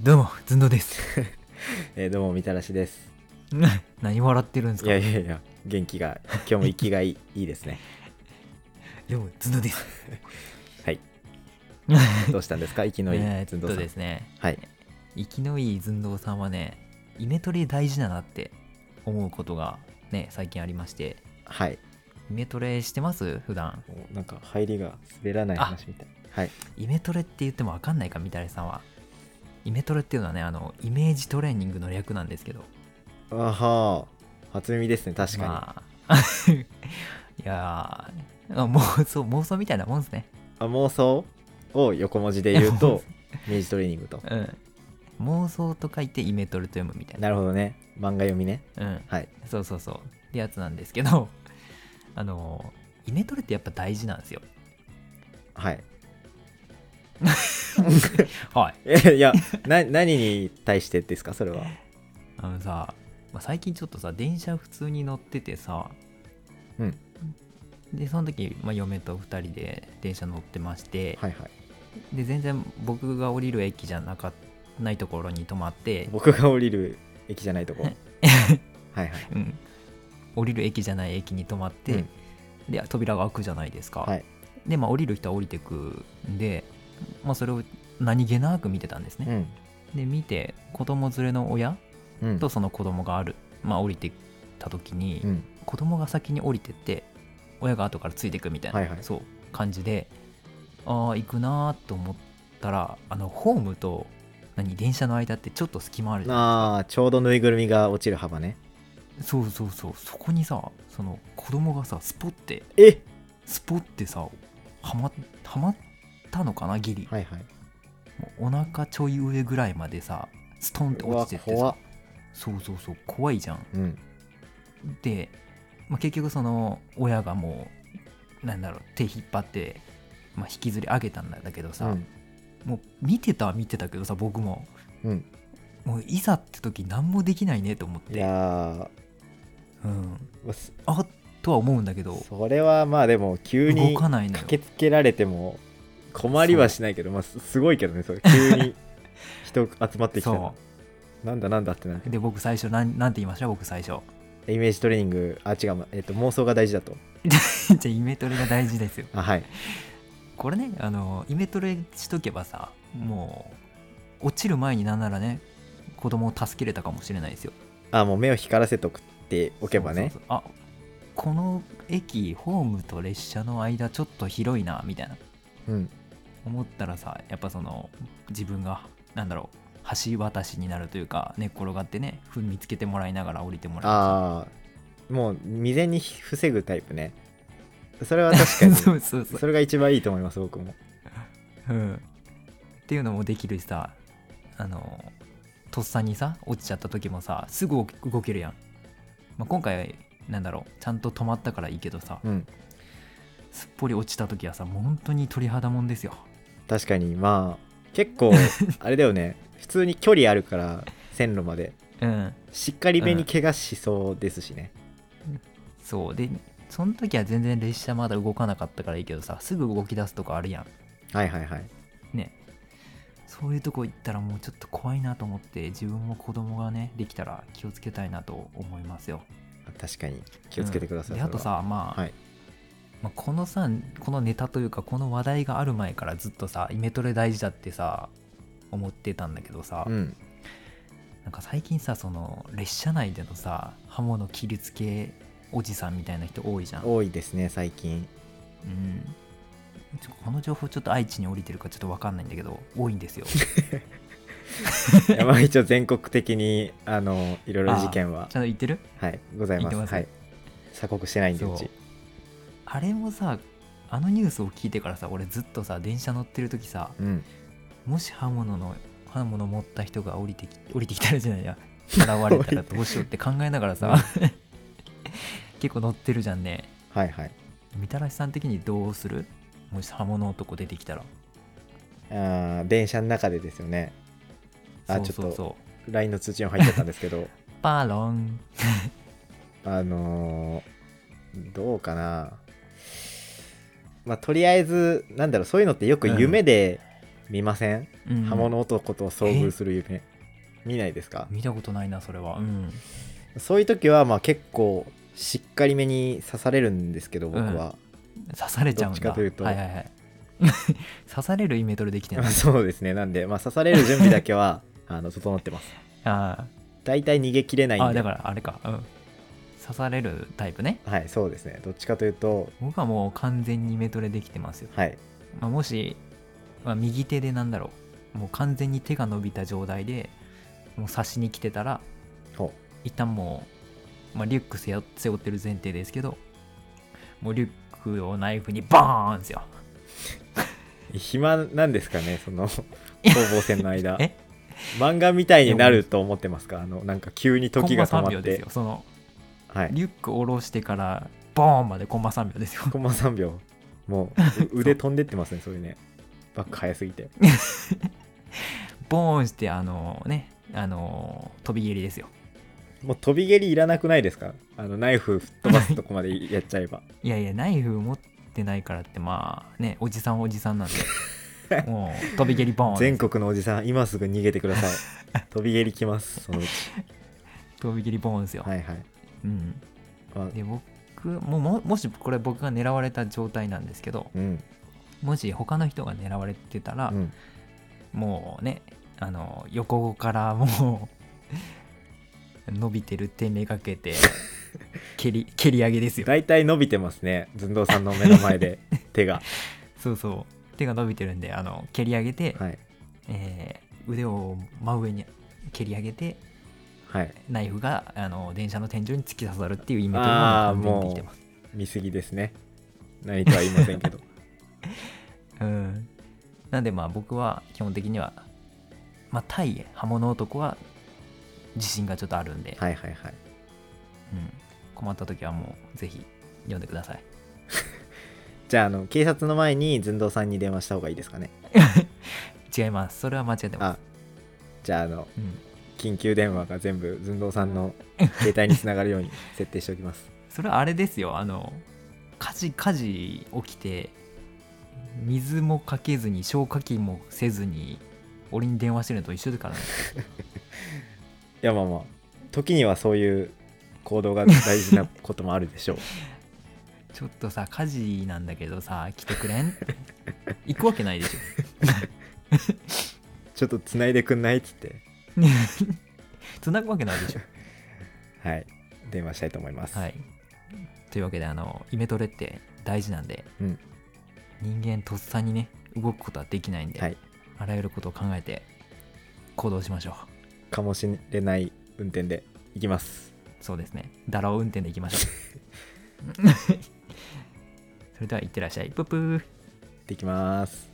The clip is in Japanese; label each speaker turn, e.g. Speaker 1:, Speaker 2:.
Speaker 1: どうも、ずんどうです。
Speaker 2: えーどうもみたらしです
Speaker 1: 何笑ってるんです
Speaker 2: い
Speaker 1: か
Speaker 2: やいやいや 元気が今日も生きがいいいいで すね
Speaker 1: どうも、ずんどうです。
Speaker 2: はい
Speaker 1: え
Speaker 2: どうしたんですか生きのい
Speaker 1: ー
Speaker 2: い
Speaker 1: っ
Speaker 2: ずんどう
Speaker 1: と
Speaker 2: さん、
Speaker 1: ですね、
Speaker 2: はい
Speaker 1: 生きのいいずんどうさんはね、イメトレ大事だなって思うことがね、最近ありまして、
Speaker 2: はい
Speaker 1: イメトレしてます普段。
Speaker 2: もうなんか入りが滑らない話みたいはい
Speaker 1: イメトレって言ってもわかんないか、みたらしさんは。イメトレっていうのはね、あの、イメージトレーニングの略なんですけど、
Speaker 2: あはー初耳ですね確かに、
Speaker 1: まあ、 いやー、あ妄想、妄想みたいなもんですね。
Speaker 2: あ、妄想を横文字で言う とイメージトレーニングと
Speaker 1: うん。妄想と書いてイメトレと読むみたいな。
Speaker 2: なるほどね漫画読みね
Speaker 1: うん。
Speaker 2: はい
Speaker 1: そうそうそう。ってやつなんですけど、 あの、イメトレってやっぱ大事なんですよ。
Speaker 2: はい
Speaker 1: はい。
Speaker 2: えいやな何に対してですかそれは
Speaker 1: あのさ、まあ、最近ちょっとさ、電車普通に乗っててさ、
Speaker 2: うん。
Speaker 1: で、その時、まあ、嫁と2人で電車乗ってまして、
Speaker 2: はいはい
Speaker 1: で、全然僕が降りる駅じゃなかないところに止まって、
Speaker 2: 僕が降りる駅じゃな いとこはいはい
Speaker 1: うん。降りる駅じゃない駅に止まって、
Speaker 2: うん
Speaker 1: で、扉が開くじゃないですか。
Speaker 2: はい
Speaker 1: で、まあ、降りる人は降りてくんで、まあ、それを何気なく見てたんですね。
Speaker 2: うん
Speaker 1: で見て子供連れの親
Speaker 2: うん
Speaker 1: とその子供がある、まあ降りてた時に、
Speaker 2: うん
Speaker 1: 子供が先に降りてって親が後からついてくみたいな、
Speaker 2: はいはい
Speaker 1: そう感じでああ行くなーと思ったらあのホームと何電車の間ってちょっと隙間あるじゃん
Speaker 2: ああちょうどぬいぐるみが落ちる幅ね
Speaker 1: そうそうそうそこにさその子供がさスポって
Speaker 2: え
Speaker 1: スポってさはまはまったのかなギリ、
Speaker 2: はいはい
Speaker 1: もうお腹ちょい上ぐらいまでさストンって落ちてって
Speaker 2: うわ
Speaker 1: さそうそうそう怖いじゃん
Speaker 2: うん
Speaker 1: で、まあ、結局その親がもうなんだろう手引っ張って、まあ、引きずり上げたんだけどさ、
Speaker 2: うん
Speaker 1: もう見てたは見てたけどさ僕も
Speaker 2: うん
Speaker 1: もういざって時何もできないねと思っ
Speaker 2: い
Speaker 1: て、
Speaker 2: や
Speaker 1: うん、
Speaker 2: ーまそ
Speaker 1: あっとは思うんだけど
Speaker 2: それはまあでも急
Speaker 1: 動
Speaker 2: に
Speaker 1: かないのよ
Speaker 2: 駆けつけられても困りはしないけどまあすすごいけどねそれ急に 人集まってきたら
Speaker 1: そ
Speaker 2: なんだなんだってなる
Speaker 1: うで僕最初なんなんて言いました僕最初
Speaker 2: イメージトレーニングあ違う、えっと妄想が大事だと
Speaker 1: じゃあイメトレが大事ですよ
Speaker 2: あはい
Speaker 1: これねあのイメトレしとけばさもう落ちる前になんならね子供を助けれたかもしれないですよ
Speaker 2: あもう目を光らせとくっておけば
Speaker 1: そう
Speaker 2: ね
Speaker 1: そうそうあこの駅ホームと列車の間ちょっと広いなみたいな
Speaker 2: うん
Speaker 1: 思ったらさやっぱその自分がなんだろう橋渡しになるというか寝っ転がってね踏みつけてもらいながら降りてもら
Speaker 2: ああもう未然に防ぐタイプねそれは
Speaker 1: う
Speaker 2: 確か
Speaker 1: し
Speaker 2: に
Speaker 1: そうそうそう、
Speaker 2: それが一番いいと思います僕も
Speaker 1: うん、っていうのもできるしさあのとっさにさ落ちちゃった時もさすぐ動けるやん、まあ、今回なんだろうちゃんと止まったからいいけどさ
Speaker 2: うん
Speaker 1: すっぽり落ちた時はさもう本当に鳥肌もんですよ
Speaker 2: 確かにまあ結 構あれだよね普通に距離あるから線路まで
Speaker 1: うん
Speaker 2: しっかりめに怪我しそうですしね、
Speaker 1: そうでその時は全然列車まだ動かなかったからいいけどさすぐ動き出すとかあるやん
Speaker 2: はいはいはい
Speaker 1: ねそういうとこ行ったらもうちょっと怖いなと思って自分も子供がねできたら気をつけたいなと思いますよ
Speaker 2: 確かに気をつけてください、
Speaker 1: うんであと
Speaker 2: それは
Speaker 1: さまあ、
Speaker 2: はい
Speaker 1: まあこのさこのネタというかこの話題がある前からずっとさイメトレ大事だってさ思ってたんだけどさ、
Speaker 2: うん
Speaker 1: なんか最近さその列車内でのさ刃物切りつけおじさんみたいな人多いじゃん
Speaker 2: 多いですね 最近
Speaker 1: うん、ちょこの情報ちょっと愛知に降りてるかちょっと分かんないんだけど多いん ですよ
Speaker 2: いやまあ一応全国的にあのいろいろ事件は
Speaker 1: ちゃんと言ってる
Speaker 2: はいござい
Speaker 1: 言っ
Speaker 2: ます
Speaker 1: てます
Speaker 2: はい鎖国してないんで
Speaker 1: そう
Speaker 2: うち
Speaker 1: あれもさあのニュースを聞いてからさ俺ずっとさ電車乗ってる時さ
Speaker 2: うん
Speaker 1: もし刃物の刃物持った人が降りてき降りてきたらじゃないや現れたらどうしようって考えなが らさ結構乗ってるじゃんね
Speaker 2: はいはい
Speaker 1: みたらしさん的にどうするもし刃物男出てきたら
Speaker 2: あー電車の中でですよねあ
Speaker 1: そうそう
Speaker 2: ちょ
Speaker 1: そう
Speaker 2: LINE の通知が入ってたんですけど
Speaker 1: パーロン
Speaker 2: あのーどうかなまあとりあえずなんだろうそういうのってよく夢で見ません、
Speaker 1: うん
Speaker 2: 刃物男と遭遇する夢見ないですか
Speaker 1: 見たことないなそれはうん
Speaker 2: そういう時はまあ結構しっかりめに刺されるんですけど僕は、
Speaker 1: 刺されちゃうんだ
Speaker 2: どっちかというと
Speaker 1: はいはいはい 刺されるイメトレできてな
Speaker 2: ま
Speaker 1: い
Speaker 2: あ そうですねなんで、まあ、刺される準備だけは あの整ってます
Speaker 1: あ
Speaker 2: 大体逃げきれない
Speaker 1: ーあ
Speaker 2: ん
Speaker 1: ー
Speaker 2: で
Speaker 1: だからあれかうん刺されるタイプね
Speaker 2: はいそうですねどっちかというと
Speaker 1: 僕はもう完全にイメトレできてますよ、
Speaker 2: はい
Speaker 1: まあ、もし、まあ、右手でなんだろうもう完全に手が伸びた状態でもう刺しに来てたら
Speaker 2: ほ
Speaker 1: 一旦もう、まあ、リュック背負背負ってる前提ですけどもうリュックをナイフにバーンですよ
Speaker 2: う暇なんですかね その攻防戦の間
Speaker 1: え
Speaker 2: 漫画みたいになると思ってますかあのなんか急に時が
Speaker 1: コン
Speaker 2: 止
Speaker 1: マ3
Speaker 2: ま
Speaker 1: 秒
Speaker 2: っ
Speaker 1: です
Speaker 2: て
Speaker 1: よその
Speaker 2: はい
Speaker 1: リュック下ろしてからボーンまでコンマ3秒ですよ
Speaker 2: コンマ3秒もうう腕飛んでってますねそれねバック早すぎて
Speaker 1: ボーンしてあのねあの飛び蹴りですよ
Speaker 2: もう飛び蹴りいらなくないですかあのナイフ吹っ飛ばすとこまでやっち ゃえば
Speaker 1: いやいやナイフ持ってないからってまあねおじさんはおじさんなん でもう飛び蹴りボーン
Speaker 2: 全国のおじさん今すぐ逃げてくださ い飛び蹴りきますそのうち
Speaker 1: 飛び蹴りボーンですよ、
Speaker 2: はいはい、
Speaker 1: うん
Speaker 2: まあ
Speaker 1: で僕もももしこれ僕が狙われた状態なんですけど
Speaker 2: うん
Speaker 1: もし他の人が狙われてたら、
Speaker 2: うん、
Speaker 1: もうねあの横からもう 伸びてる手めがけ て蹴り蹴り上げですよ
Speaker 2: 大体伸びてますね寸胴さんの目の前で手が
Speaker 1: そうそう手が伸びてるんであの蹴り上げて、
Speaker 2: はい
Speaker 1: えー腕を真上に蹴り上げて
Speaker 2: はい
Speaker 1: ナイフがあの電車の天井に突き刺さるっていうイメージ
Speaker 2: あ
Speaker 1: が
Speaker 2: ー
Speaker 1: 完全にできてます
Speaker 2: 見過ぎですね何とは言いませんけど
Speaker 1: うん、なんでまあ僕は基本的には、まあ、対刃物男は自信がちょっとあるんで、
Speaker 2: はいはいはい
Speaker 1: うん、困った時はもうぜひ読んでください
Speaker 2: じゃああの警察の前に寸胴さんに電話した方がいいですかね
Speaker 1: 違いますそれは間違ってます
Speaker 2: あじゃああの
Speaker 1: うん、
Speaker 2: 緊急電話が全部寸胴さんの携帯につながるように設定しておきます
Speaker 1: それはあれですよあの火事火事起きて水もかけずに消火器もせずに俺に電話してるのと一緒だからね
Speaker 2: いやまあまあ時にはそういう行動が大事なこともあるでしょう
Speaker 1: ちょっとさ火事なんだけどさ来てくれん行くわけないでしょ
Speaker 2: ちょっとつないでくんないっつって
Speaker 1: 繋ぐわけないでしょ
Speaker 2: はい電話したいと思います、
Speaker 1: はい。というわけで、あの、イメトレって大事なんで、
Speaker 2: うん
Speaker 1: 人間とっさにね、動くことはできないんで、
Speaker 2: はい
Speaker 1: あらゆることを考えて行動しましょ
Speaker 2: かもしれない運転で行きます
Speaker 1: う。そうですね。だらを運転でいきましょう。それでは、いってらっしゃい。ぷぷー。
Speaker 2: できます